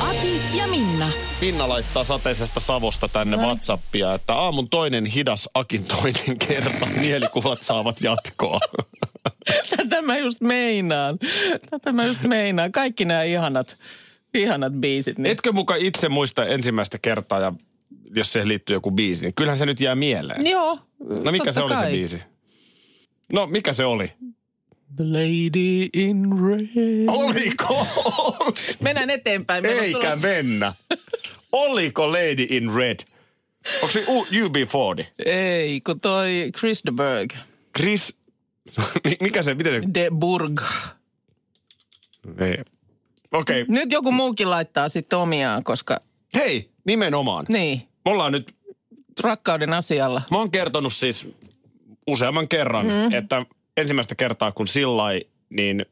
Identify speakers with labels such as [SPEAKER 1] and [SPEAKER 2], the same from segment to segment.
[SPEAKER 1] Ati ja Minna.
[SPEAKER 2] Minna laittaa sateisesta Savosta tänne Whatsappia, että aamun toinen hidas, Akin toinen kerta, mielikuvat saavat jatkoa.
[SPEAKER 3] Tätä mä just meinaan. Tätä mä just meinaan. Kaikki nämä ihanat, ihanat biisit. Niin.
[SPEAKER 2] Etkö muka itse muista ensimmäistä kertaa, ja jos siihen liittyy joku biisi, niin kyllähän se nyt jää mieleen.
[SPEAKER 3] Joo.
[SPEAKER 2] No mikä
[SPEAKER 3] Niin, totta
[SPEAKER 2] se oli se
[SPEAKER 3] kai.
[SPEAKER 2] biisi? No mikä se oli?
[SPEAKER 3] The lady in red.
[SPEAKER 2] Oliko?
[SPEAKER 3] Mennään eteenpäin. Meillä on
[SPEAKER 2] Eikä
[SPEAKER 3] tulossa-
[SPEAKER 2] mennä. Oliko Lady in Red? Onko se U- UB40?
[SPEAKER 3] Ei, kun toi Chris de Burg.
[SPEAKER 2] Chris... Mi- Mikä se? Miten se?
[SPEAKER 3] De Burg.
[SPEAKER 2] Ei. Niin. Okei. Okay.
[SPEAKER 3] Nyt joku muukin laittaa sitten omiaan, koska
[SPEAKER 2] Hei, nimenomaan.
[SPEAKER 3] niin,
[SPEAKER 2] Me ollaan nyt
[SPEAKER 3] rakkauden asialla.
[SPEAKER 2] Mä oon kertonut siis useamman kerran, mm. että ensimmäistä kertaa kun sillai, niin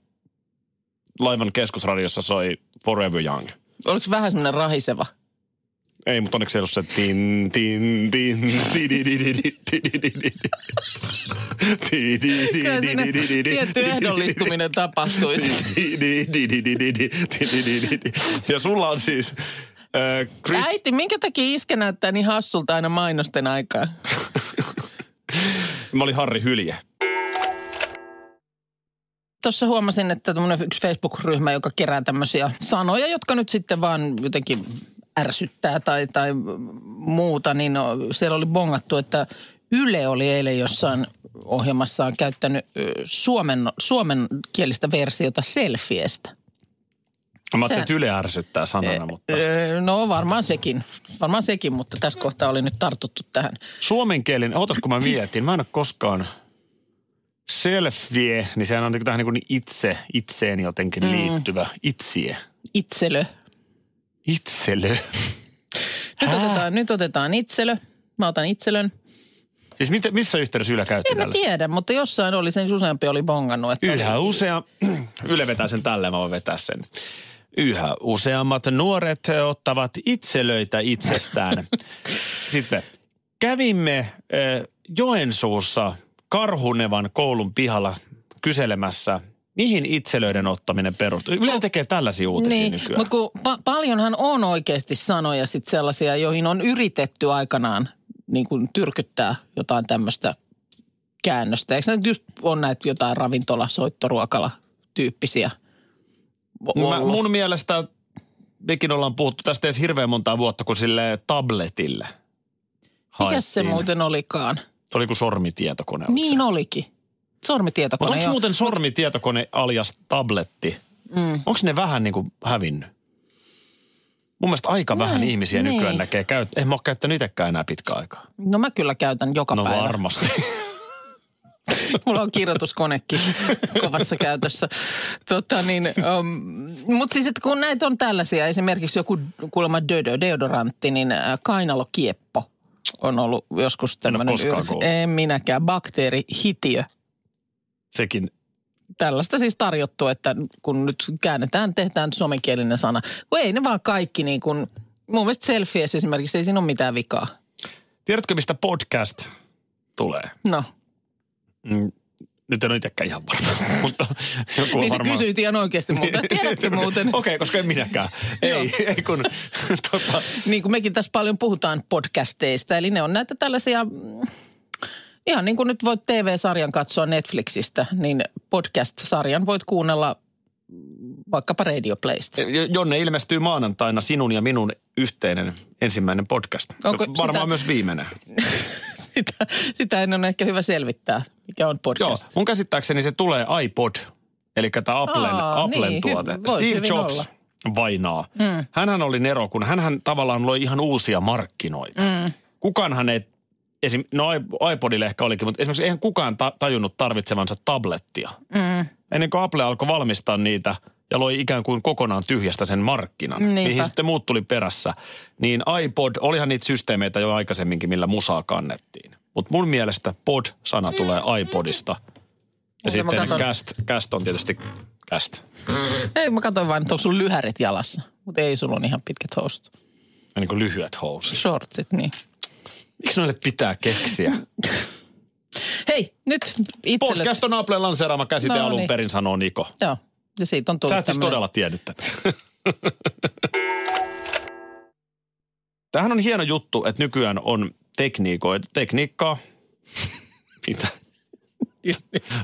[SPEAKER 2] laivan keskusradiossa soi Forever Young.
[SPEAKER 3] Oliko vähän semmoinen rahiseva?
[SPEAKER 2] Ei, mutta onneksi ei ollut se tin, tin, tin, tididididi, tididididi. Tididididi,
[SPEAKER 3] Kyllä siinä
[SPEAKER 2] tididididi,
[SPEAKER 3] tietty
[SPEAKER 2] tididididi,
[SPEAKER 3] ehdollistuminen tapahtuisi.
[SPEAKER 2] tidididididididi, tididididi. Ja sulla on siis äh, Chris,
[SPEAKER 3] Äiti, minkä takia iskä näyttää niin hassulta aina mainosten aikaa?
[SPEAKER 2] mä olin Harri Hylje.
[SPEAKER 3] Tuossa huomasin, että tämmöinen yksi Facebook-ryhmä, joka kerää tämmöisiä sanoja, jotka nyt sitten vaan jotenkin ärsyttää tai, tai muuta, niin no, siellä oli bongattu, että Yle oli eilen jossain ohjelmassaan käyttänyt ö, suomen, suomenkielistä versiota selfiestä.
[SPEAKER 2] Mä ajattelin, että
[SPEAKER 3] Sä-
[SPEAKER 2] Yle ärsyttää sanana, mutta
[SPEAKER 3] Öö, No varmaan sekin, varmaan sekin, mutta tässä kohtaa oli nyt tartuttu tähän.
[SPEAKER 2] suomenkielinen, ootas kun mä mietin, mä en ole koskaan selfie, niin sehän on niinku tähän niin itse, itseen jotenkin mm. liittyvä, itsie,
[SPEAKER 3] Itselö.
[SPEAKER 2] itselö.
[SPEAKER 3] Nyt otetaan, nyt otetaan itselö. Mä otan itselön.
[SPEAKER 2] Siis mit, missä yhteydessä Yle käytti
[SPEAKER 3] En mä
[SPEAKER 2] tällaista?
[SPEAKER 3] tiedä, mutta jossain oli sen useampi oli bongannut. Että
[SPEAKER 2] Yhä usea, Yle vetää sen tälleen, mä voin vetää sen. Yhä useammat nuoret ottavat itselöitä itsestään. Sitten kävimme eh, Joensuussa Karhunevan koulun pihalla kyselemässä, mihin itselöiden ottaminen perustuu. Yle tekee tällaisia uutisia niin, nykyään.
[SPEAKER 3] mutta kun pa- paljonhan on oikeasti sanoja sit sellaisia, joihin on yritetty aikanaan niin kuin tyrkyttää jotain tämmöistä käännöstä. Eikö näitä just on näitä jotain ravintola, soittoruokala tyyppisiä?
[SPEAKER 2] Mä, mun mielestä mekin ollaan puhuttu tästä edes hirveän montaa vuotta, kun sille tabletille
[SPEAKER 3] Mikä se
[SPEAKER 2] haettiin.
[SPEAKER 3] muuten olikaan?
[SPEAKER 2] Se oli kuin sormitietokone. oliko se?
[SPEAKER 3] Niin olikin.
[SPEAKER 2] Mutta
[SPEAKER 3] Sormitietokone.
[SPEAKER 2] onko
[SPEAKER 3] joo.
[SPEAKER 2] muuten sormitietokone alias tabletti,
[SPEAKER 3] Mm.
[SPEAKER 2] onko ne vähän niin kuin hävinnyt? Mun mielestä aika
[SPEAKER 3] Niin,
[SPEAKER 2] vähän ihmisiä
[SPEAKER 3] niin.
[SPEAKER 2] nykyään näkee. Käyt, en mä ole käyttänyt itsekään enää pitkä aikaa.
[SPEAKER 3] No mä kyllä käytän joka
[SPEAKER 2] No
[SPEAKER 3] päivä.
[SPEAKER 2] varmasti.
[SPEAKER 3] Mulla on kirjoituskonekin kovassa käytössä. Tota niin, um, Mutta siis, että kun näitä on tällaisia, esimerkiksi joku kuulemma dödö, deodorantti, niin ä, kainalokieppo on ollut joskus
[SPEAKER 2] En ole
[SPEAKER 3] tämmöinen.
[SPEAKER 2] koskaan kuullut.
[SPEAKER 3] en minäkään, bakteeri, hitiö.
[SPEAKER 2] Sekin.
[SPEAKER 3] Tällaista siis tarjottu, että kun nyt käännetään, tehdään suomenkielinen sana. Kun ei ne vaan kaikki niin kuin, mun mielestä selfies esimerkiksi, ei siinä ole mitään vikaa.
[SPEAKER 2] Tiedätkö, mistä podcast tulee?
[SPEAKER 3] No,
[SPEAKER 2] Mm, Nyt en ole itsekään ihan varma, mutta joku on
[SPEAKER 3] niin
[SPEAKER 2] varmaan...
[SPEAKER 3] sä kysyit ihan oikeasti muuta. Tiedätkö muuten?
[SPEAKER 2] Okei, okay, koska en minäkään. ei, ei kun... tota,
[SPEAKER 3] niin kuin mekin tässä paljon puhutaan podcasteista, eli ne on näitä tällaisia, mm, ihan niin kuin nyt voit TV-sarjan katsoa Netflixistä, niin podcast-sarjan voit kuunnella mm, vaikkapa Radio Playsta.
[SPEAKER 2] Jo- Jonne ilmestyy maanantaina sinun ja minun yhteinen ensimmäinen podcast.
[SPEAKER 3] Onko
[SPEAKER 2] Varmaan
[SPEAKER 3] sitä-
[SPEAKER 2] myös viimeinen.
[SPEAKER 3] Sitä, sitä en ole ehkä hyvä selvittää, mikä on
[SPEAKER 2] Joo,
[SPEAKER 3] podcast.
[SPEAKER 2] mun käsittääkseni se tulee iPod, eli tämä Applen,
[SPEAKER 3] Aa,
[SPEAKER 2] Applen
[SPEAKER 3] niin, hy-
[SPEAKER 2] tuote.
[SPEAKER 3] voisi
[SPEAKER 2] Steve
[SPEAKER 3] hyvin
[SPEAKER 2] Jobs
[SPEAKER 3] olla.
[SPEAKER 2] vainaa.
[SPEAKER 3] Mm.
[SPEAKER 2] Hänhän oli Nero, kun hänhän tavallaan loi ihan uusia markkinoita.
[SPEAKER 3] Mm.
[SPEAKER 2] Kukaanhan ei, esim, no i- iPodille ehkä olikin, mutta esimerkiksi eihän kukaan ta- tajunnut tarvitsevansa tablettia.
[SPEAKER 3] Mm.
[SPEAKER 2] Ennen kuin Apple alkoi valmistaa niitä ja loi ikään kuin kokonaan tyhjästä sen markkinan,
[SPEAKER 3] Niinpä.
[SPEAKER 2] mihin sitten muut tuli perässä. Niin iPod, olihan niitä systeemeitä jo aikaisemminkin, millä musaa kannettiin. Mutta mun mielestä pod-sana tulee iPodista. Ja
[SPEAKER 3] Mutta mä
[SPEAKER 2] sitten
[SPEAKER 3] katson.
[SPEAKER 2] cast, cast on tietysti cast.
[SPEAKER 3] Ei, mä katsoin vaan, että onko sulla lyhärit jalassa. Mutta ei, sulla on ihan pitkät housut.
[SPEAKER 2] Niin kuin lyhyet housut.
[SPEAKER 3] Shortsit, niin.
[SPEAKER 2] Miksi noille pitää keksiä?
[SPEAKER 3] Hei, nyt itselle.
[SPEAKER 2] Podcast on Applen lanseeraama käsite
[SPEAKER 3] No
[SPEAKER 2] alun
[SPEAKER 3] niin.
[SPEAKER 2] perin, sanoo Niko.
[SPEAKER 3] Joo, ja siitä on tullut
[SPEAKER 2] Sä et siis
[SPEAKER 3] tämmönen-
[SPEAKER 2] todella tiennyt tätä. Tämähän on hieno juttu, että nykyään on tekniikoita. Tekniikkaa. Mitä?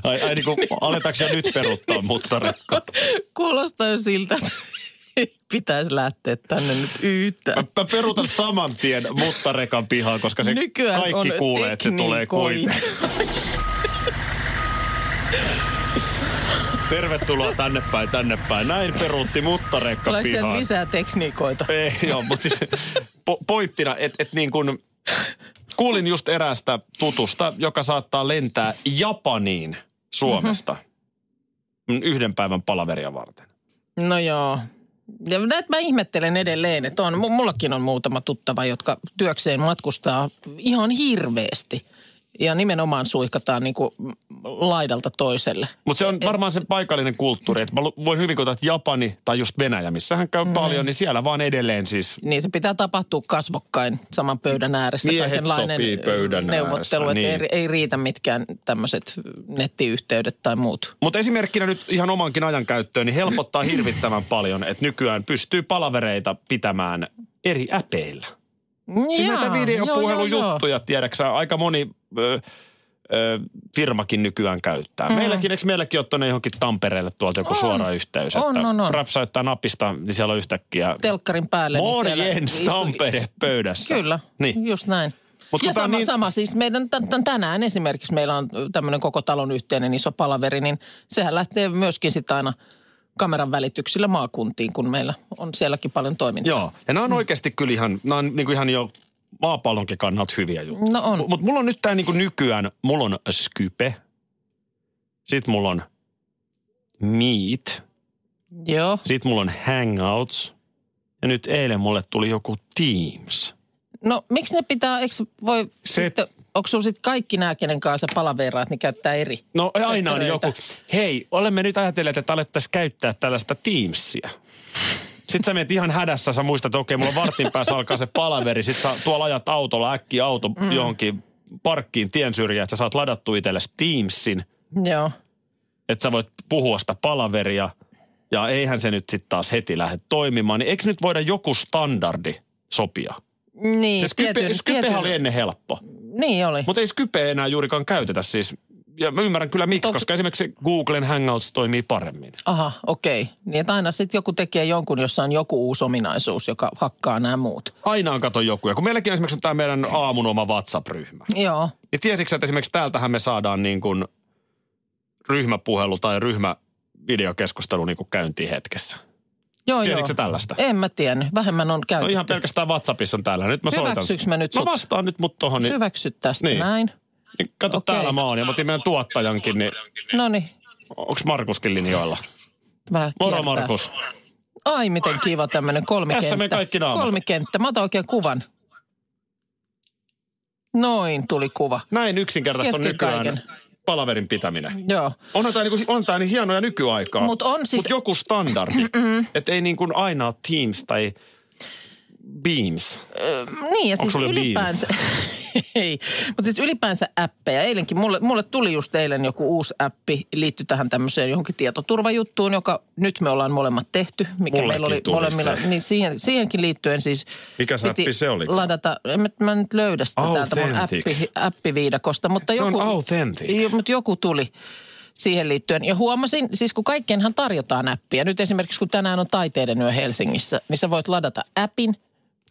[SPEAKER 2] Ai, ai niin kuin, aletaanko jo nyt peruuttaa mustarekko?
[SPEAKER 3] Kuulostaa jo siltä, että ei pitäisi lähteä tänne nyt
[SPEAKER 2] Mä,
[SPEAKER 3] yyttää.
[SPEAKER 2] mä peruutan saman tien muttarekan pihaan, koska se
[SPEAKER 3] Nykyään
[SPEAKER 2] kaikki
[SPEAKER 3] on
[SPEAKER 2] kuulee, että se tulee
[SPEAKER 3] tekniikoita.
[SPEAKER 2] kuitenkin. Tervetuloa tänne päin, tänne päin. Näin peruutti muttarekka
[SPEAKER 3] Tuleeko sieltä
[SPEAKER 2] pihaan.
[SPEAKER 3] lisää tekniikoita?
[SPEAKER 2] Ei, joo, mutta siis po- pointtina, että et niin kuin kuulin just eräästä tutusta, joka saattaa lentää Japaniin Suomesta mm-hmm. yhden päivän palaveria varten.
[SPEAKER 3] No joo. Ja näet mä ihmettelen edelleen, että on, mu- mullakin on muutama tuttava, jotka työkseen matkustaa ihan hirveästi. Ja nimenomaan suihkataan niin kuin laidalta toiselle.
[SPEAKER 2] Mutta se on varmaan se paikallinen kulttuuri, että mä lu- voin hyvin kuvitella, että Japani tai just Venäjä, missä hän käy mm-hmm. paljon, niin siellä vaan edelleen siis
[SPEAKER 3] Niin se pitää tapahtua kasvokkain saman pöydän ääressä.
[SPEAKER 2] Miehet
[SPEAKER 3] Kaikenlainen
[SPEAKER 2] sopii pöydän
[SPEAKER 3] neuvottelu,
[SPEAKER 2] ääressä,
[SPEAKER 3] että
[SPEAKER 2] niin.
[SPEAKER 3] ei, ei riitä mitkään tämmöiset nettiyhteydet tai muut.
[SPEAKER 2] Mutta esimerkkinä nyt ihan omankin ajankäyttöön, niin helpottaa hirvittävän paljon, että nykyään pystyy palavereita pitämään eri äpeillä.
[SPEAKER 3] Niin
[SPEAKER 2] Siis näitä videopuhelujuttuja, tiedäksä, aika moni ö, ö, firmakin nykyään käyttää. Mm. Meilläkin, eikö meilläkin ole tuonne johonkin Tampereelle tuolta joku
[SPEAKER 3] On.
[SPEAKER 2] suora yhteys?
[SPEAKER 3] On, on, on.
[SPEAKER 2] Rapsauttaa napista, niin siellä on yhtäkkiä
[SPEAKER 3] Telkkarin päälle. niin siellä
[SPEAKER 2] morjens
[SPEAKER 3] istu-
[SPEAKER 2] Tampere pöydässä.
[SPEAKER 3] Kyllä,
[SPEAKER 2] Niin.
[SPEAKER 3] niin. just näin.
[SPEAKER 2] Mut
[SPEAKER 3] Mut
[SPEAKER 2] kun
[SPEAKER 3] ja
[SPEAKER 2] tää on
[SPEAKER 3] sama,
[SPEAKER 2] niin-
[SPEAKER 3] niin... sama, siis meidän tän- tän- tänään esimerkiksi meillä on tämmöinen koko talon yhteinen iso palaveri, niin sehän lähtee myöskin sitten aina kameran välityksillä maakuntiin, kun meillä on sielläkin paljon toimintaa.
[SPEAKER 2] Joo, ja nämä on
[SPEAKER 3] Mm.
[SPEAKER 2] oikeasti kyllä ihan, nämä on niin kuin ihan jo maapallonkin kannalta hyviä juttuja.
[SPEAKER 3] No on.
[SPEAKER 2] Mutta mulla on nyt tämä niinku nykyään, mulla on Skype, sit mulla on Meet,
[SPEAKER 3] Joo.
[SPEAKER 2] sit mulla on Hangouts ja nyt eilen mulle tuli joku Teams.
[SPEAKER 3] No miksi ne pitää, eikö voi,
[SPEAKER 2] Se-
[SPEAKER 3] se... sitten, onko sulla sitten kaikki nämä, kenen kanssa palaveraat, niin käyttää eri?
[SPEAKER 2] No aina on
[SPEAKER 3] Tötteröitä.
[SPEAKER 2] joku, hei, olemme nyt ajatelleet, että alettaisiin käyttää tällaista Teamsia. Sitten sä menet ihan hädässä, sä muistat, että okei, mulla vartin päässä alkaa se palaveri. Sitten sä tuolla ajat autolla äkkiä auto mm. johonkin parkkiin tien syrjään, että sä saat ladattu itsellesi Teamsin.
[SPEAKER 3] Joo.
[SPEAKER 2] että sä voit puhua sitä palaveria ja eihän se nyt sitten taas heti lähde toimimaan, niin eikö nyt voida joku standardi sopia?
[SPEAKER 3] Niin,
[SPEAKER 2] Se Skype,
[SPEAKER 3] tietyn-
[SPEAKER 2] Skypehän
[SPEAKER 3] tietyn-
[SPEAKER 2] oli ennen helppo,
[SPEAKER 3] Niin oli.
[SPEAKER 2] mutta ei Skype enää juurikaan käytetä siis. Ja mä ymmärrän kyllä miksi,
[SPEAKER 3] Toki-
[SPEAKER 2] koska esimerkiksi Googlen Hangouts toimii paremmin.
[SPEAKER 3] Aha, okei. Niin että aina sitten joku tekee jonkun, jossa on joku uusi ominaisuus, joka hakkaa nämä muut.
[SPEAKER 2] Aina on kato joku. Ja kun meilläkin esimerkiksi on tämä meidän aamun oma WhatsApp-ryhmä.
[SPEAKER 3] Joo.
[SPEAKER 2] Niin tiesitkö, sä, että esimerkiksi täältähän me saadaan niin kuin ryhmäpuhelu tai ryhmävideokeskustelu niin kuin käyntiin hetkessä.
[SPEAKER 3] No Joo,
[SPEAKER 2] Tiesitkö sä
[SPEAKER 3] joo.
[SPEAKER 2] tällaista?
[SPEAKER 3] En mä tiennyt. Vähemmän on
[SPEAKER 2] No
[SPEAKER 3] käytetty.
[SPEAKER 2] ihan pelkästään WhatsAppissa on täällä. Nyt mä soitan.
[SPEAKER 3] Hyväksyks mä nyt
[SPEAKER 2] Mä
[SPEAKER 3] sut?
[SPEAKER 2] vastaan nyt mut tohon, niin,
[SPEAKER 3] Hyväksy tästä
[SPEAKER 2] Niin.
[SPEAKER 3] niin. näin.
[SPEAKER 2] niin kato
[SPEAKER 3] Okei.
[SPEAKER 2] täällä mä oon. Ja mä otin meidän tuottajankin, niin
[SPEAKER 3] No niin.
[SPEAKER 2] onks Markuskin linjoilla?
[SPEAKER 3] Vähän
[SPEAKER 2] Moro
[SPEAKER 3] kiertää.
[SPEAKER 2] Markus.
[SPEAKER 3] Ai miten kiva tämmönen kolmikenttä.
[SPEAKER 2] Tässä me kaikki naamat.
[SPEAKER 3] Kolmikenttä. Mä otan oikein kuvan. Noin tuli kuva.
[SPEAKER 2] Näin yksinkertaista on
[SPEAKER 3] Kesken
[SPEAKER 2] nykyään
[SPEAKER 3] kaiken.
[SPEAKER 2] palaverin pitäminen.
[SPEAKER 3] Joo.
[SPEAKER 2] Onhan tää, niinku, on tää niin hienoja nykyaikaa.
[SPEAKER 3] Mut on siis-
[SPEAKER 2] Mut joku standardi. että ei niin kuin aina ole Teams tai Beams.
[SPEAKER 3] Niin, ja
[SPEAKER 2] Onko
[SPEAKER 3] siis
[SPEAKER 2] sulla jo
[SPEAKER 3] ylipäänsä... Ei, mutta siis ylipäänsä appeja. Eilenkin, mulle, mulle tuli just eilen joku uusi appi, liittyi tähän tämmöiseen johonkin tietoturvajuttuun, joka nyt me ollaan molemmat tehty. Mikä
[SPEAKER 2] Mullekin
[SPEAKER 3] meillä oli
[SPEAKER 2] tuli
[SPEAKER 3] molemmilla,
[SPEAKER 2] se.
[SPEAKER 3] Niin siihen, siihenkin liittyen siis
[SPEAKER 2] Mikä se
[SPEAKER 3] piti
[SPEAKER 2] appi se olikaan?
[SPEAKER 3] ladata, en mä, mä nyt löydä sitä täältä mun
[SPEAKER 2] Authentic.
[SPEAKER 3] appi, appiviidakosta. Mutta
[SPEAKER 2] Se on
[SPEAKER 3] joku,
[SPEAKER 2] authentic.
[SPEAKER 3] Jo, mutta joku tuli siihen liittyen. Ja huomasin, siis kun kaikkeenhan tarjotaan appia. Nyt esimerkiksi kun tänään on taiteiden yö Helsingissä, niin sä voit ladata appin,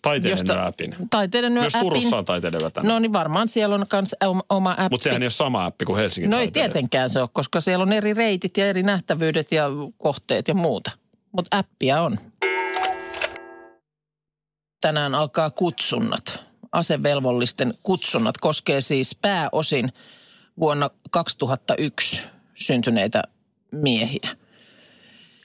[SPEAKER 2] Taiteiden Josta... appin.
[SPEAKER 3] Taiteiden yö
[SPEAKER 2] Myös
[SPEAKER 3] No, appin.
[SPEAKER 2] Turussa on taiteiden tänään.
[SPEAKER 3] No niin varmaan siellä on myös oma appi.
[SPEAKER 2] Mutta sehän ei ole sama appi kuin Helsingin
[SPEAKER 3] No ei
[SPEAKER 2] taiteiden.
[SPEAKER 3] tietenkään se ole, koska siellä on eri reitit ja eri nähtävyydet ja kohteet ja muuta. Mutta appia on. Tänään alkaa kutsunnat. Asevelvollisten kutsunnat koskee siis pääosin vuonna 2001 syntyneitä miehiä.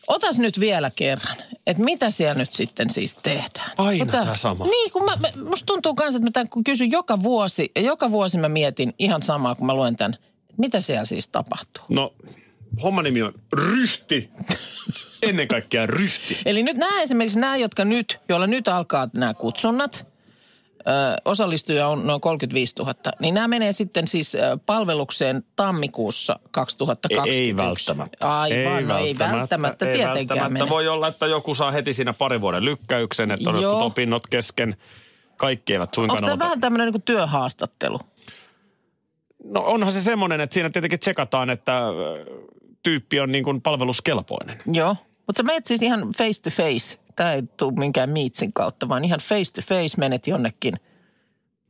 [SPEAKER 3] Otas nyt vielä kerran, että mitä siellä nyt sitten siis tehdään.
[SPEAKER 2] Aina
[SPEAKER 3] Ota-
[SPEAKER 2] tää sama.
[SPEAKER 3] Niin, kun mä, mä- musta tuntuu kanssa, että mä tämän kun kysyn joka vuosi, ja joka vuosi mä mietin ihan samaa, kun mä luen tämän, että mitä siellä siis tapahtuu.
[SPEAKER 2] No, homman nimi on ryhti. Ennen kaikkea ryhti.
[SPEAKER 3] Eli nyt nämä esimerkiksi nämä, jotka nyt, joilla nyt alkaa nämä kutsunnat, ö, osallistuja on noin 35 000, niin nämä menee sitten siis ö, palvelukseen tammikuussa 2021.
[SPEAKER 2] Ei välttämättä.
[SPEAKER 3] Aivan, ei no ei välttämättä
[SPEAKER 2] ei
[SPEAKER 3] tietenkään
[SPEAKER 2] välttämättä.
[SPEAKER 3] mene.
[SPEAKER 2] Voi olla, että joku saa heti siinä parin vuoden lykkäyksen, että on
[SPEAKER 3] Joo.
[SPEAKER 2] jotkut opinnot kesken. Kaikki eivät
[SPEAKER 3] Onko
[SPEAKER 2] suinkaan
[SPEAKER 3] tämä
[SPEAKER 2] ota.
[SPEAKER 3] vähän tämmöinen niin kuin työhaastattelu?
[SPEAKER 2] No onhan se semmoinen, että siinä tietenkin tsekataan, että ö, tyyppi on niin kuin palveluskelpoinen.
[SPEAKER 3] Joo. Mutta sä menet siis ihan face to face. Tämä ei tule minkään miitsin kautta, vaan ihan face to face menet jonnekin.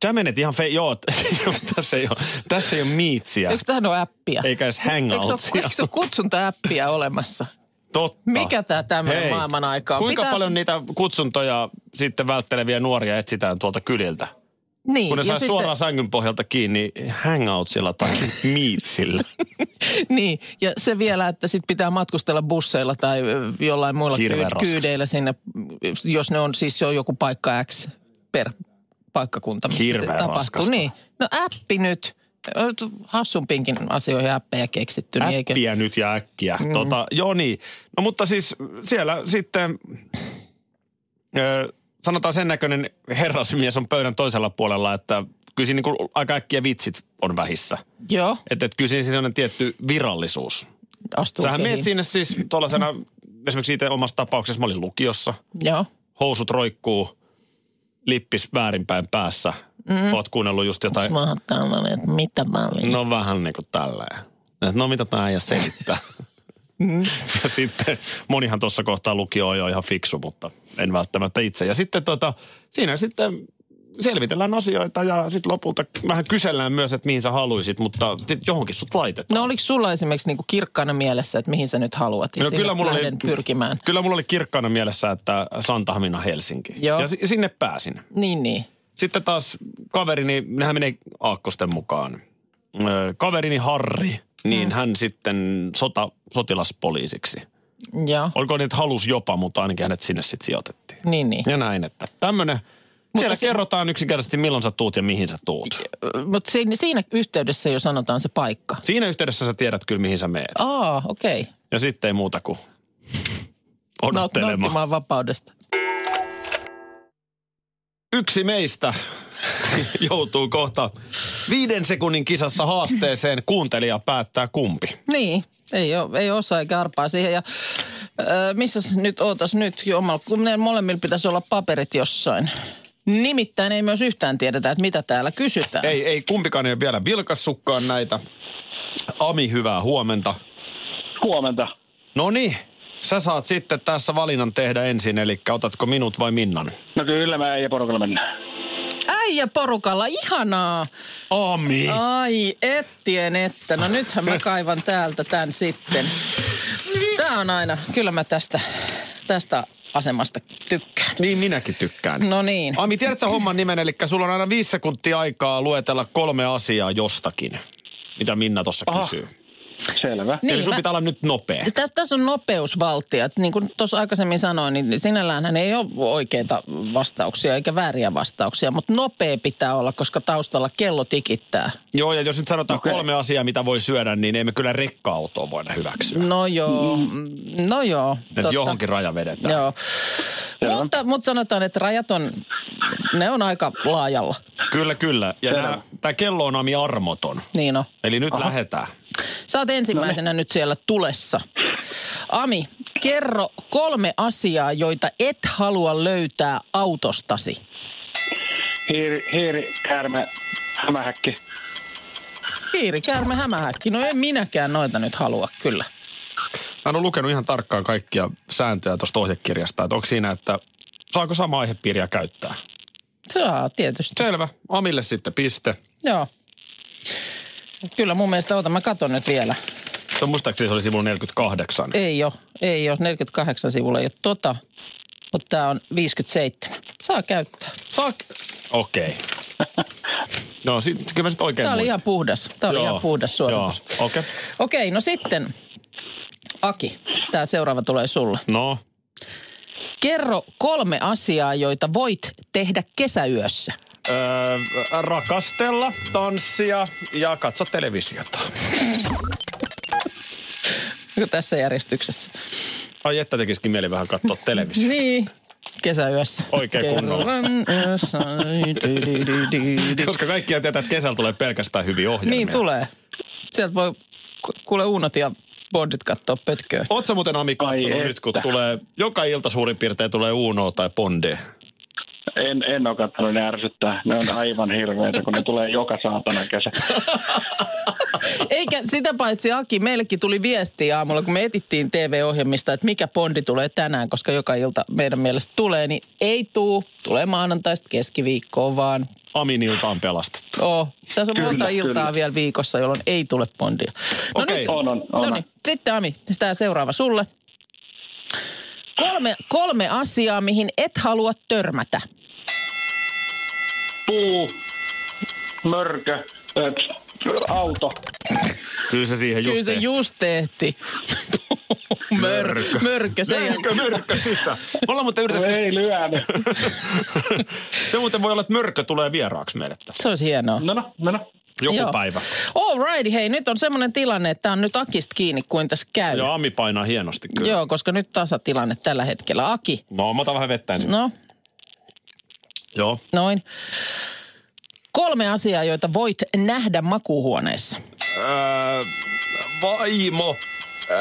[SPEAKER 2] Sä menet ihan fe... Joo, t- joo, tässä ei ole, tässä ei ole miitsiä.
[SPEAKER 3] Eikö tähän ole appia?
[SPEAKER 2] Eikä edes hangoutsia.
[SPEAKER 3] Eikö ole kutsunta-appia olemassa?
[SPEAKER 2] Totta.
[SPEAKER 3] Mikä tää tämmöinen
[SPEAKER 2] Hei,
[SPEAKER 3] maailman aika on?
[SPEAKER 2] Kuinka paljon niitä kutsuntoja sitten vältteleviä nuoria etsitään tuolta kyliltä?
[SPEAKER 3] niin,
[SPEAKER 2] Kun ne
[SPEAKER 3] ja
[SPEAKER 2] saa
[SPEAKER 3] sitten-
[SPEAKER 2] suoraan sängyn pohjalta kiinni hangoutsilla tai meetsillä.
[SPEAKER 3] Niin, ja se vielä, että sit pitää matkustella busseilla tai ö, jollain muilla
[SPEAKER 2] Hirveä
[SPEAKER 3] kyy-
[SPEAKER 2] raskas.
[SPEAKER 3] kyydeillä sinne, jos ne on siis jo joku paikka X per paikkakunta, missä
[SPEAKER 2] Hirveä
[SPEAKER 3] se tapahtuu.
[SPEAKER 2] raskasta.
[SPEAKER 3] Niin, no appi nyt. Ö, Hassumpinkin asioihin appeja keksitty. Niin eikä...
[SPEAKER 2] Äppiä nyt ja äkkiä. Mm. Tota, joo niin. No mutta siis siellä sitten, ö, sanotaan sen näköinen herrasmies on pöydän toisella puolella, että kyllä siinä niin aika äkkiä vitsit on vähissä.
[SPEAKER 3] Joo,
[SPEAKER 2] Että et kyllä siinä siis sellainen tietty virallisuus.
[SPEAKER 3] astuu
[SPEAKER 2] Sähän
[SPEAKER 3] kehiin.
[SPEAKER 2] meet sinne siis tuollaisena, esimerkiksi itse omassa tapauksessa mä olin lukiossa.
[SPEAKER 3] Joo.
[SPEAKER 2] housut roikkuu, lippis väärinpäin päässä.
[SPEAKER 3] Mm-hmm.
[SPEAKER 2] Mm. Oot kuunnellut just jotain,
[SPEAKER 3] Mä oon tällainen, että mitä mä olin.
[SPEAKER 2] no vähän niin kuin tälleen. Et No mitä tämä äijä selittää? ja sitten monihan tuossa kohtaa lukio on jo ihan fiksu, mutta en välttämättä itse. Ja sitten tota, siinä sitten selvitellään asioita ja sitten lopulta vähän kysellään myös, että mihin sä haluisit, mutta sitten johonkin sut laitetaan.
[SPEAKER 3] No oliko sulla esimerkiksi niinku kirkkaana mielessä, että mihin sä nyt haluat? Ja
[SPEAKER 2] No,
[SPEAKER 3] sinne
[SPEAKER 2] kyllä mulla oli-
[SPEAKER 3] lähden pyrkimään.
[SPEAKER 2] Kyllä mulla oli kirkkaana mielessä, että Santahamina Helsinki.
[SPEAKER 3] Joo.
[SPEAKER 2] Ja si- sinne pääsin.
[SPEAKER 3] Niin, niin.
[SPEAKER 2] Sitten taas kaverini, nehän menee aakkosten mukaan. Ö, Kaverini Harri, niin mm. hän sitten sota, sotilaspoliisiksi.
[SPEAKER 3] Joo,
[SPEAKER 2] Olkoon niitä halus jopa, mutta ainakin hänet sinne sitten sijoitettiin.
[SPEAKER 3] niin, niin.
[SPEAKER 2] Ja näin, että tämmönen. Siellä
[SPEAKER 3] se-
[SPEAKER 2] kerrotaan yksinkertaisesti, milloin sä tuut ja mihin sä tuut.
[SPEAKER 3] Mutta siinä, siinä yhteydessä jo sanotaan se paikka.
[SPEAKER 2] Siinä yhteydessä sä tiedät kyllä, mihin sä meet.
[SPEAKER 3] Aa, okei. Okay.
[SPEAKER 2] Ja sitten ei muuta kuin odottelemaan.
[SPEAKER 3] Nauttimaan vapaudesta.
[SPEAKER 2] Yksi meistä joutuu kohta viiden sekunnin kisassa haasteeseen. Kuuntelija päättää kumpi.
[SPEAKER 3] Niin, ei, oo, ei osaa eikä arpaa siihen. Ja, ö, missäs nyt ootas nyt? jo omalla- Kun meillä molemmilla pitäisi olla paperit jossain. Nimittäin ei myös yhtään tiedetä, että mitä täällä kysytään.
[SPEAKER 2] Ei, ei kumpikaan ei ole vielä vilkassukkaan näitä. Ami, hyvää huomenta.
[SPEAKER 4] Huomenta.
[SPEAKER 2] No niin, sä saat sitten tässä valinnan tehdä ensin, eli otatko minut vai Minnan?
[SPEAKER 4] No kyllä mä ja porukalla mennään.
[SPEAKER 3] Äijä porukalla, ihanaa.
[SPEAKER 2] Ami!
[SPEAKER 3] No. Ai, ettien että. No nythän mä kaivan täältä tämän sitten. Tää on aina, kyllä mä tästä, tästä asemasta tykkään.
[SPEAKER 2] Niin minäkin tykkään.
[SPEAKER 3] No niin.
[SPEAKER 2] Ami, tiedät sä homman nimen, eli sulla on aina viisi sekuntia aikaa luetella kolme asiaa jostakin, mitä Minna tuossa
[SPEAKER 4] Aha.
[SPEAKER 2] kysyy.
[SPEAKER 4] Selvä.
[SPEAKER 3] Niin,
[SPEAKER 2] eli sun
[SPEAKER 3] mä-
[SPEAKER 2] pitää olla nyt nopea.
[SPEAKER 3] Tässä, tässä on nopeusvaltia. Et Niin kuin tuossa aikaisemmin sanoin, niin sinällään hän ei ole oikeita vastauksia eikä vääriä vastauksia, mutta nopea pitää olla, koska taustalla kello tikittää.
[SPEAKER 2] Joo, ja jos nyt sanotaan
[SPEAKER 4] Okei.
[SPEAKER 2] kolme asiaa, mitä voi syödä, niin emme kyllä rekka-autoa voida hyväksyä.
[SPEAKER 3] No joo, no joo.
[SPEAKER 2] Että Mm. johonkin raja vedetään.
[SPEAKER 3] Joo.
[SPEAKER 4] Selvä.
[SPEAKER 3] Mutta, mutta sanotaan, että rajat on, ne on aika laajalla.
[SPEAKER 2] Kyllä, kyllä. Ja
[SPEAKER 4] Selvä.
[SPEAKER 2] nää, tää kello on Ami armoton.
[SPEAKER 3] Niin on.
[SPEAKER 2] Eli nyt Aha. lähetään.
[SPEAKER 3] Sä oot ensimmäisenä nyt siellä tulessa. Ami, kerro kolme asiaa, joita et halua löytää autostasi.
[SPEAKER 4] Hiiri, hiiri käärme, hämähäkki.
[SPEAKER 3] Hiiri, käärme, hämähäkki. No en minäkään noita nyt halua kyllä.
[SPEAKER 2] Mä en ole lukenut ihan tarkkaan kaikkia sääntöjä tuosta ohjekirjasta, että onko siinä, että saako sama aihepiiriä käyttää.
[SPEAKER 3] Saa tietysti.
[SPEAKER 2] Selvä. Amille sitten piste.
[SPEAKER 3] Joo. Kyllä mun mielestä, oota mä katon nyt vielä.
[SPEAKER 2] Se on muistaakseni se oli sivulla 48.
[SPEAKER 3] Ei ole, ei ole. 48 sivulla ei ole tota, mutta tää on 57. Saa käyttää.
[SPEAKER 2] Saa... Okei. Okay. No sit, kyllä mä sit oikein
[SPEAKER 3] Tää oli
[SPEAKER 2] muistin.
[SPEAKER 3] ihan puhdas. Tää oli
[SPEAKER 2] Joo.
[SPEAKER 3] ihan puhdas suoritus.
[SPEAKER 2] Joo, okei. Okay.
[SPEAKER 3] Okei, no sitten Aki. Tämä seuraava tulee sulle.
[SPEAKER 2] No,
[SPEAKER 3] Kerro kolme asiaa, joita voit tehdä kesäyössä.
[SPEAKER 2] öö, rakastella, tanssia ja katso televisiota.
[SPEAKER 3] Niin kuin Tässä järjestyksessä.
[SPEAKER 2] Ai että tekisikin mieli vähän katsoa televisiota.
[SPEAKER 3] Niin. Kesäyössä.
[SPEAKER 2] Oikein kunnolla.
[SPEAKER 3] Kerran yössä. Di-di-di-di-di.
[SPEAKER 2] Koska kaikkia tietää, että kesällä tulee pelkästään hyviä ohjelmia.
[SPEAKER 3] Niin tulee. Sieltä voi ku- kuule uunot ja bondit katsoa pötköä.
[SPEAKER 2] Oot sä muuten Ami kattonut
[SPEAKER 4] Ai
[SPEAKER 2] nyt, kun
[SPEAKER 4] että.
[SPEAKER 2] tulee, joka ilta suurin piirtein tulee Uno tai Bondea.
[SPEAKER 4] En, en ole katsonut, ne ärsyttää. Ne on aivan hirveitä, kun ne tulee joka saatana kesä.
[SPEAKER 3] Eikä sitä paitsi Aki, meillekin tuli viestiä aamulla, kun me etittiin TV-ohjelmista, että mikä bondi tulee tänään, koska joka ilta meidän mielestä tulee, niin ei tuu, tulee maanantaista keskiviikkoon vaan.
[SPEAKER 2] Amin ilta on pelastettu.
[SPEAKER 3] Oh, tässä on
[SPEAKER 4] Kyllä,
[SPEAKER 3] monta iltaa
[SPEAKER 4] kyllä.
[SPEAKER 3] vielä viikossa, jolloin ei tule bondia. No
[SPEAKER 2] Okei.
[SPEAKER 3] nyt,
[SPEAKER 4] On, on, on.
[SPEAKER 3] no niin, sitten Ami, tämä seuraava sulle. Kolme, kolme asiaa, mihin et halua törmätä.
[SPEAKER 4] Puu, mörkö, ö, auto.
[SPEAKER 2] Kyllä se siihen
[SPEAKER 3] Kyllä se just tehti. Mörkö. Mörkö. Se ei,
[SPEAKER 2] Mörkö, mörkö sisään. Me ollaan muuten yritetty,
[SPEAKER 4] Ei lyönyt.
[SPEAKER 2] se muuten voi olla, että mörkö tulee vieraaksi meille tässä.
[SPEAKER 3] se olisi hienoa.
[SPEAKER 4] No no, no no.
[SPEAKER 2] Joku
[SPEAKER 3] Joo.
[SPEAKER 2] päivä.
[SPEAKER 3] Alrighty, hei, nyt on semmoinen tilanne, että tää on nyt Akista kiinni, kuin tässä käy.
[SPEAKER 2] Joo, Ami painaa hienosti kyllä.
[SPEAKER 3] Joo, koska nyt tasatilanne tällä hetkellä. Aki,
[SPEAKER 2] No, mä otan vähän vettä ensin.
[SPEAKER 3] no,
[SPEAKER 2] Joo.
[SPEAKER 3] noin. Kolme asiaa, joita voit nähdä makuuhuoneessa.
[SPEAKER 2] Öö, vaimo, öö,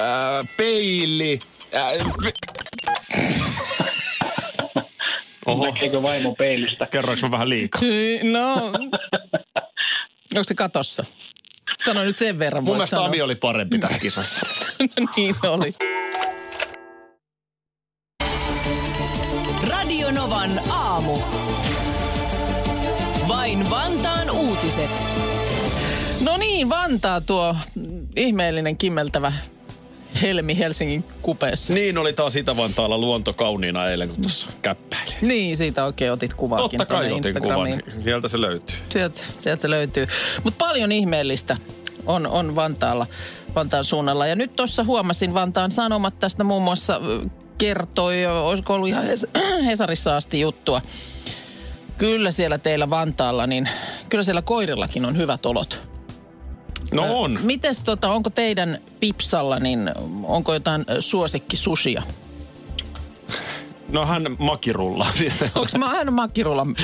[SPEAKER 2] peili. Öö, pe... Oho,
[SPEAKER 4] Näkeekö vaimo peilistä?
[SPEAKER 2] kerroinko mä vähän liikaa?
[SPEAKER 3] No, onko se katossa? Sano nyt sen verran,
[SPEAKER 2] Mun
[SPEAKER 3] voit
[SPEAKER 2] mielestä
[SPEAKER 3] sanoa.
[SPEAKER 2] Ami oli parempi tässä kisassa.
[SPEAKER 3] niin oli.
[SPEAKER 1] Radio Novan aamu. Vain Vantaan uutiset.
[SPEAKER 3] No niin, Vantaa tuo ihmeellinen kimmeltävä helmi Helsingin kupeessa.
[SPEAKER 2] niin oli taas Itä-Vantaalla luonto kauniina eilen, kun tuossa käppäili.
[SPEAKER 3] Niin, siitä oikein otit kuvaakin
[SPEAKER 2] Totta kai
[SPEAKER 3] tuonne
[SPEAKER 2] otin kuvan.
[SPEAKER 3] Instagramiin.
[SPEAKER 2] Sieltä se löytyy.
[SPEAKER 3] Sieltä, sieltä se löytyy. Mutta paljon ihmeellistä on, on Vantaalla, Vantaan suunnalla. Ja nyt tuossa huomasin Vantaan Sanomat tästä muun muassa ö, kertoi, ö, olisiko ollut ihan Hes- Hesarissa asti juttua. Kyllä siellä teillä Vantaalla, niin kyllä siellä koirillakin on hyvät olot.
[SPEAKER 2] No
[SPEAKER 3] Ö,
[SPEAKER 2] on.
[SPEAKER 3] Mites tota, onko teidän Pipsalla, niin onko jotain ö, suosikkisusia?
[SPEAKER 2] No hän makirullaa vielä.
[SPEAKER 3] Onko mä aina makirulan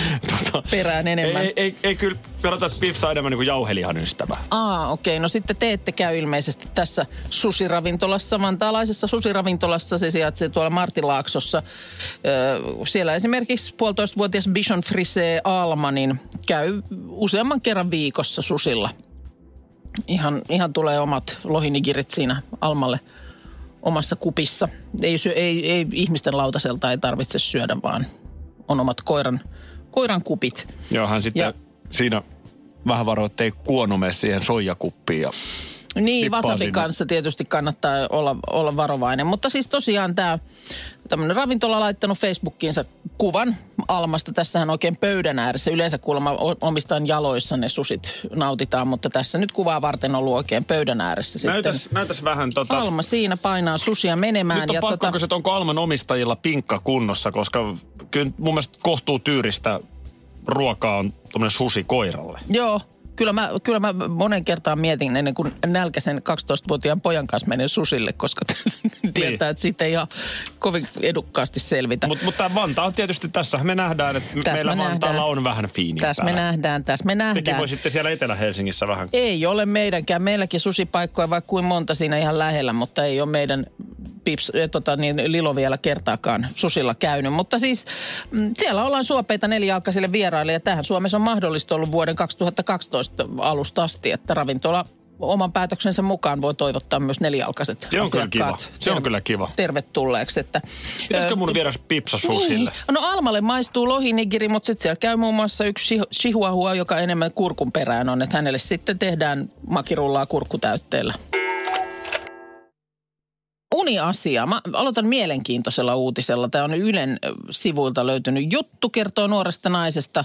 [SPEAKER 2] Tota,
[SPEAKER 3] perään enemmän?
[SPEAKER 2] Ei, ei, ei kyllä pelata pipsaa enemmän niin kuin jauhelihan ystävä.
[SPEAKER 3] Aa, okei. No sitten te ette käy ilmeisesti tässä susiravintolassa, vantaalaisessa susiravintolassa. Se sijaitsee tuolla Martilaaksossa. Öö, siellä esimerkiksi puolitoistavuotias Bishon Frise Alma, niin käy useamman kerran viikossa susilla. Ihan, ihan tulee omat lohinigirit siinä Almalle omassa kupissa. Ei, syö, ei, ei ihmisten lautaselta ei tarvitse syödä, vaan on omat koiran, koiran kupit.
[SPEAKER 2] Joo, hän sitten
[SPEAKER 3] Ja-
[SPEAKER 2] siinä vähän varoa, ettei kuono mene siihen soijakuppiin. Ja...
[SPEAKER 3] Niin,
[SPEAKER 2] Tippaa
[SPEAKER 3] wasabi
[SPEAKER 2] sinne.
[SPEAKER 3] kanssa tietysti kannattaa olla, olla varovainen. Mutta siis tosiaan tämä tämmöinen ravintola laittanut Facebookiinsa kuvan Almasta. Tässähän oikein pöydän ääressä. Yleensä kuulemma o- omistaan jaloissa ne susit nautitaan, mutta tässä nyt kuvaa varten ollut oikein pöydän ääressä sitten.
[SPEAKER 2] Näytäs, näytäs vähän tota...
[SPEAKER 3] Alma siinä painaa susia menemään.
[SPEAKER 2] Nyt on
[SPEAKER 3] ja
[SPEAKER 2] pakko
[SPEAKER 3] tota-
[SPEAKER 2] tota... kysyä, että onko Alman omistajilla pinkka kunnossa, koska kyllä mun mielestä kohtuu tyyristä ruokaa on tuommoinen susi koiralle.
[SPEAKER 3] Joo, kyllä mä, kyllä mä monen kertaan mietin ennen kuin nälkäisen 12-vuotiaan pojan kanssa menen susille, koska
[SPEAKER 2] Niin.
[SPEAKER 3] tietää, että siitä ei ihan kovin edukkaasti selvitä.
[SPEAKER 2] Mutta mut tämä Vantaa on tietysti, tässä me nähdään, että
[SPEAKER 3] Tässä
[SPEAKER 2] meillä
[SPEAKER 3] me nähdään.
[SPEAKER 2] Vantaalla on vähän fiiniä
[SPEAKER 3] Tässä me
[SPEAKER 2] päällä.
[SPEAKER 3] nähdään, tässä me
[SPEAKER 2] Tekin
[SPEAKER 3] nähdään.
[SPEAKER 2] voisitte siellä Etelä-Helsingissä vähän
[SPEAKER 3] Ei ole meidänkään. Meilläkin susipaikkoja vaikka kuin monta siinä ihan lähellä, mutta ei ole meidän pips, eh, tota, niin, Lilo vielä kertaakaan susilla käynyt. Mutta siis mm, siellä ollaan suopeita nelijalkaisille vieraille ja tähän Suomessa on mahdollista ollut vuoden 2012 alusta asti, että ravintola oman päätöksensä mukaan voi toivottaa myös nelijalkaiset
[SPEAKER 2] Se on kyllä
[SPEAKER 3] asiakkaat
[SPEAKER 2] kiva. Se on
[SPEAKER 3] ter-
[SPEAKER 2] kyllä kiva.
[SPEAKER 3] Tervetulleeksi. Että,
[SPEAKER 2] Pitäisikö
[SPEAKER 3] ö,
[SPEAKER 2] mun viedä pipsa susille?
[SPEAKER 3] niin. No Almalle maistuu lohinigiri, mutta sitten siellä käy muun muassa yksi shi- chihuahua, joka enemmän kurkun perään on. Että hänelle sitten tehdään makirullaa kurkkutäytteellä. Uniasia. Mä aloitan mielenkiintoisella uutisella. Tämä on Ylen ö, sivuilta löytynyt juttu. Kertoo nuoresta naisesta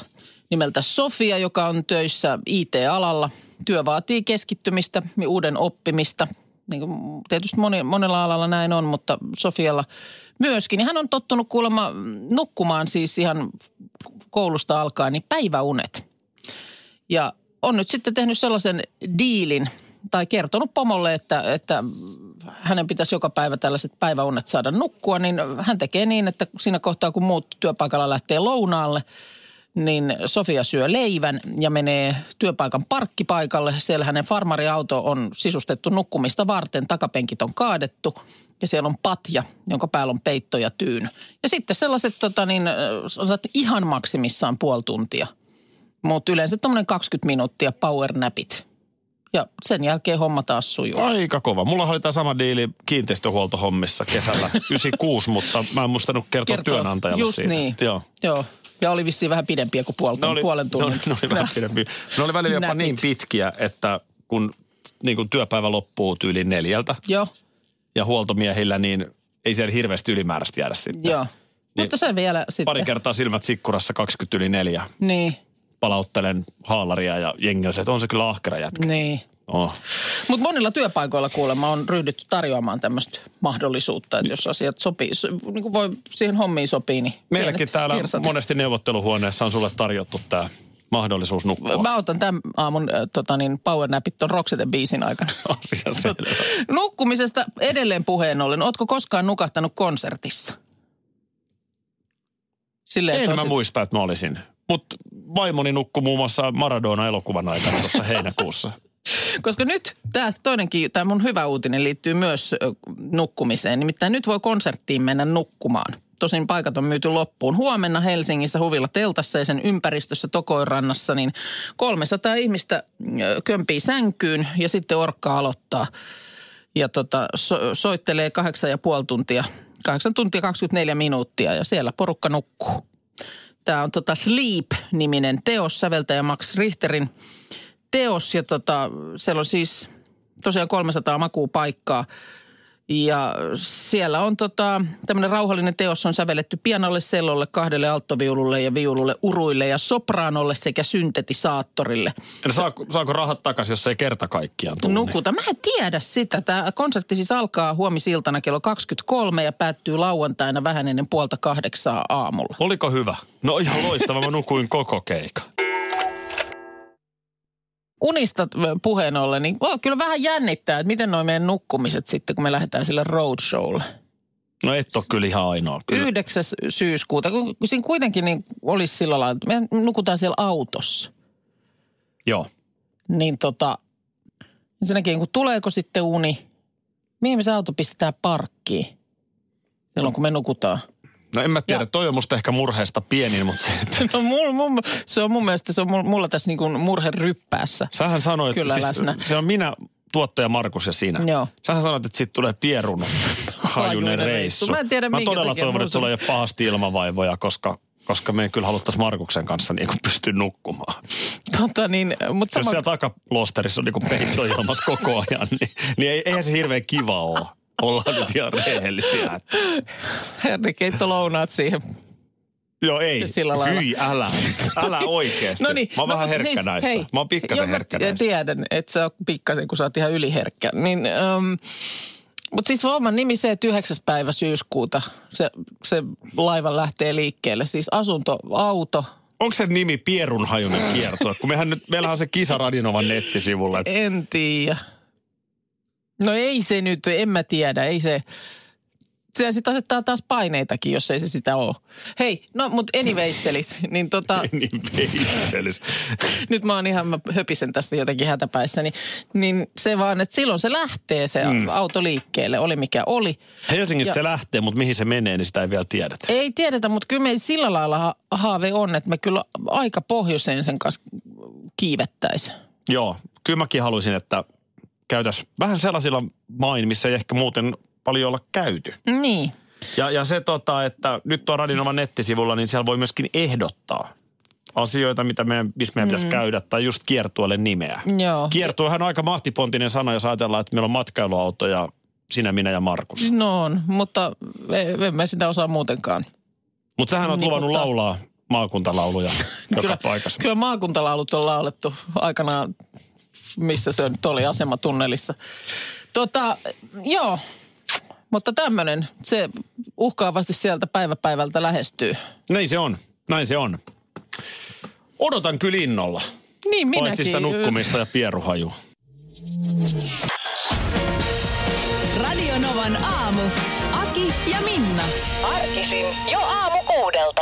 [SPEAKER 3] nimeltä Sofia, joka on töissä IT-alalla. Työ vaatii keskittymistä ja uuden oppimista. Niin kuin tietysti moni, monella alalla näin on, mutta Sofialla myöskin. Niin hän on tottunut kuulemma nukkumaan siis ihan koulusta alkaen, niin päiväunet. Ja on nyt sitten tehnyt sellaisen diilin tai kertonut pomolle, että, että hänen pitäisi joka päivä tällaiset päiväunet saada nukkua, niin hän tekee niin, että siinä kohtaa kun muut työpaikalla lähtee lounaalle, niin Sofia syö leivän ja menee työpaikan parkkipaikalle. Siellä hänen farmariauto on sisustettu nukkumista varten, takapenkit on kaadettu ja siellä on patja, jonka päällä on peitto ja tyyny. Ja sitten sellaiset tota niin, äh, sellaiset ihan maksimissaan puoli tuntia, mutta yleensä tuommoinen 20 minuuttia powernapit. Ja sen jälkeen homma taas sujuu.
[SPEAKER 2] Aika kova. Mulla oli tämä sama diili kiinteistöhuoltohommissa kesällä 96, mutta mä en muistanut kertoa,
[SPEAKER 3] Kertoo.
[SPEAKER 2] työnantajalle
[SPEAKER 3] Just
[SPEAKER 2] siitä.
[SPEAKER 3] niin.
[SPEAKER 2] Joo.
[SPEAKER 3] Joo. Ja oli vissiin vähän pidempiä kuin puoli, puolen tunnin.
[SPEAKER 2] Ne oli, ne oli vähän pidempi. Ne oli välillä jopa
[SPEAKER 3] Näpit.
[SPEAKER 2] niin pitkiä, että kun niin kuin työpäivä loppuu tyyli neljältä
[SPEAKER 3] Joo,
[SPEAKER 2] ja huoltomiehillä, niin ei siellä hirveästi ylimääräistä jäädä sitten.
[SPEAKER 3] joo. Mutta se vielä sitten.
[SPEAKER 2] Niin. Pari kertaa silmät sikkurassa 20 yli neljä.
[SPEAKER 3] Niin,
[SPEAKER 2] Palauttelen haalaria ja jengi on se, että on se kyllä ahkera jätkä.
[SPEAKER 3] niin.
[SPEAKER 2] Oh.
[SPEAKER 3] Mutta monilla työpaikoilla kuulemma on ryhdytty tarjoamaan tämmöistä mahdollisuutta, että jos asiat sopii, so- niin kuin voi siihen hommiin sopii, niin
[SPEAKER 2] Meilläkin
[SPEAKER 3] pienet
[SPEAKER 2] täällä
[SPEAKER 3] virsat.
[SPEAKER 2] monesti neuvotteluhuoneessa on sulle tarjottu tämä mahdollisuus nukkua.
[SPEAKER 3] Mä otan tämän aamun äh, tota niin, powernapit ton Roxeten biisin aikana.
[SPEAKER 2] Asia selvä.
[SPEAKER 3] Nukkumisesta edelleen puheen ollen. Ootko koskaan nukahtanut konsertissa? Silleen,
[SPEAKER 2] En
[SPEAKER 3] että
[SPEAKER 2] mä
[SPEAKER 3] olisit-
[SPEAKER 2] muista, että mä olisin. Mutta vaimoni nukkui muun muassa Maradona-elokuvan aikana tuossa heinäkuussa.
[SPEAKER 3] Koska nyt tämä toinenkin, tämä mun hyvä uutinen liittyy myös ö, nukkumiseen. Nimittäin nyt voi konserttiin mennä nukkumaan. Tosin paikat on myyty loppuun. Huomenna Helsingissä huvilla teltassa ja sen ympäristössä Tokoirannassa, niin 300 ihmistä ö, kömpii sänkyyn ja sitten orkka aloittaa. Ja tota, so- soittelee kahdeksan ja puoli tuntia, kahdeksan tuntia 24 minuuttia ja siellä porukka nukkuu. Tämä on tota Sleep-niminen teos, säveltäjä Max Richterin teos ja tota, siellä on siis tosiaan 300 makuupaikkaa. Ja siellä on tota, tämmöinen rauhallinen teos on sävelletty pianolle, sellolle, kahdelle alttoviululle ja viululle, uruille ja sopraanolle sekä syntetisaattorille.
[SPEAKER 2] No saako, saako rahat takaisin, jos ei kerta kaikkiaan tule?
[SPEAKER 3] Nukuta. Mä en tiedä sitä. Tämä konsertti siis alkaa huomisiltana kello 23 ja päättyy lauantaina vähän ennen puolta kahdeksaa aamulla.
[SPEAKER 2] Oliko hyvä? No ihan loistava, mä nukuin koko keika.
[SPEAKER 3] Unista ö, puheen ollen, niin oh, kyllä vähän jännittää, että miten noin meidän nukkumiset sitten, kun me lähdetään sille roadshowlle.
[SPEAKER 2] No et ole kyllä ihan ainoa. Kyllä.
[SPEAKER 3] 9. syyskuuta, kun kun siinä kuitenkin niin olisi sillä lailla, että me nukutaan siellä autossa.
[SPEAKER 2] Joo.
[SPEAKER 3] Niin tota, ensinnäkin kun tuleeko sitten uni, mihin me se auto pistetään parkkiin silloin kun me nukutaan.
[SPEAKER 2] No en mä tiedä,
[SPEAKER 3] Ja-
[SPEAKER 2] toi on musta ehkä murheesta pienin, mutta se, että...
[SPEAKER 3] No mul, mun, se on mun mielestä, se on mul- mulla tässä niin kuin murhe ryppäässä.
[SPEAKER 2] Sähän sanoit,
[SPEAKER 3] Kyllä
[SPEAKER 2] siis,
[SPEAKER 3] läsnä.
[SPEAKER 2] se on minä, tuottaja Markus ja sinä.
[SPEAKER 3] Joo.
[SPEAKER 2] Sähän sanoit, että siitä tulee pierun hajunen
[SPEAKER 3] Hajuinen
[SPEAKER 2] reissu.
[SPEAKER 3] reissu. Mä en tiedä,
[SPEAKER 2] Mä
[SPEAKER 3] minkä
[SPEAKER 2] todella
[SPEAKER 3] takia
[SPEAKER 2] toivon,
[SPEAKER 3] mulla
[SPEAKER 2] että sulla ei
[SPEAKER 3] tuli-
[SPEAKER 2] ole pahasti ilmavaivoja, koska, koska me kyllä haluttaisiin Markuksen kanssa niin kuin pystyä nukkumaan.
[SPEAKER 3] Tota niin, mutta
[SPEAKER 2] Jos
[SPEAKER 3] sama,
[SPEAKER 2] siellä takalosterissa on niin kuin peitto ilmassa koko ajan, niin, niin ei, eihän se hirveän kiva ole. Ollaan nyt ihan rehellisiä.
[SPEAKER 3] herrikeitto lounaat siihen
[SPEAKER 2] Joo, ei.
[SPEAKER 3] Sillä lailla.
[SPEAKER 2] Hyi, älä. Älä oikeesti.
[SPEAKER 3] No niin.
[SPEAKER 2] Mä oon
[SPEAKER 3] no,
[SPEAKER 2] vähän
[SPEAKER 3] mutta
[SPEAKER 2] herkkä näissä.
[SPEAKER 3] hei.
[SPEAKER 2] Mä oon pikkasen
[SPEAKER 3] Joo, mä
[SPEAKER 2] herkkä
[SPEAKER 3] t-
[SPEAKER 2] näissä.
[SPEAKER 3] tiedän, että sä oot pikkasen, kun sä oot ihan yliherkkä. Niin, um, mutta siis Vauman nimi se, että 9. päivä syyskuuta se, se laiva lähtee liikkeelle. Siis asunto, auto,
[SPEAKER 2] Onko se nimi Pierun hajunen kierto? Kun mehän nyt, meillähän on se kisa Radinovan nettisivulla. Että
[SPEAKER 3] en tiedä. No ei se nyt, en mä tiedä, ei se... Se sitten asettaa taas paineitakin, jos ei se sitä ole. Hei, no mutta anyways, selis, niin tota...
[SPEAKER 2] niin peittelis.
[SPEAKER 3] nyt mä oon ihan, mä höpisen tästä jotenkin hätäpäissäni, niin se vaan, että silloin se lähtee se mm. auto liikkeelle, oli mikä oli.
[SPEAKER 2] Helsingistä
[SPEAKER 3] Ja-
[SPEAKER 2] se lähtee, mutta mihin se menee, niin sitä ei vielä tiedetä.
[SPEAKER 3] Ei tiedetä, mutta kyllä meillä sillä lailla ha- haave on, että me kyllä aika pohjoiseen sen kanssa kiivettäisiin.
[SPEAKER 2] Joo, kyllä mäkin haluaisin, että käytäs vähän sellaisilla main, missä ei ehkä muuten paljon olla käyty.
[SPEAKER 3] Niin,
[SPEAKER 2] Ja, ja se tota, että nyt tuo Radinovan nettisivulla, niin siellä voi myöskin ehdottaa asioita, mitä meidän, missä meidän pitäisi käydä, tai just kiertueelle nimeä.
[SPEAKER 3] joo.
[SPEAKER 2] Kiertuehan on aika mahtipontinen sana, jos ajatellaan, että meillä on matkailuauto ja sinä, minä ja Markus.
[SPEAKER 3] No on, mutta e, en- en mä sitä osaa muutenkaan.
[SPEAKER 2] Mutta sähän on
[SPEAKER 3] Niin,
[SPEAKER 2] luvannut
[SPEAKER 3] mutta- No
[SPEAKER 2] laulaa maakuntalauluja joka
[SPEAKER 3] kyllä,
[SPEAKER 2] paikassa.
[SPEAKER 3] Kyllä maakuntalaulut on laulettu aikanaan, missä se nyt oli asematunnelissa. Tota, joo, mutta tämmöinen, se uhkaavasti sieltä päivä päivältä lähestyy.
[SPEAKER 2] Näin Niin se on, näin se on. Odotan kyllä innolla.
[SPEAKER 3] Niin minäkin.
[SPEAKER 2] Poitsista nukkumista ja pieruhaju.
[SPEAKER 1] Radio Novan aamu. Aki ja Minna.
[SPEAKER 5] Arkisin jo aamu kuudelta.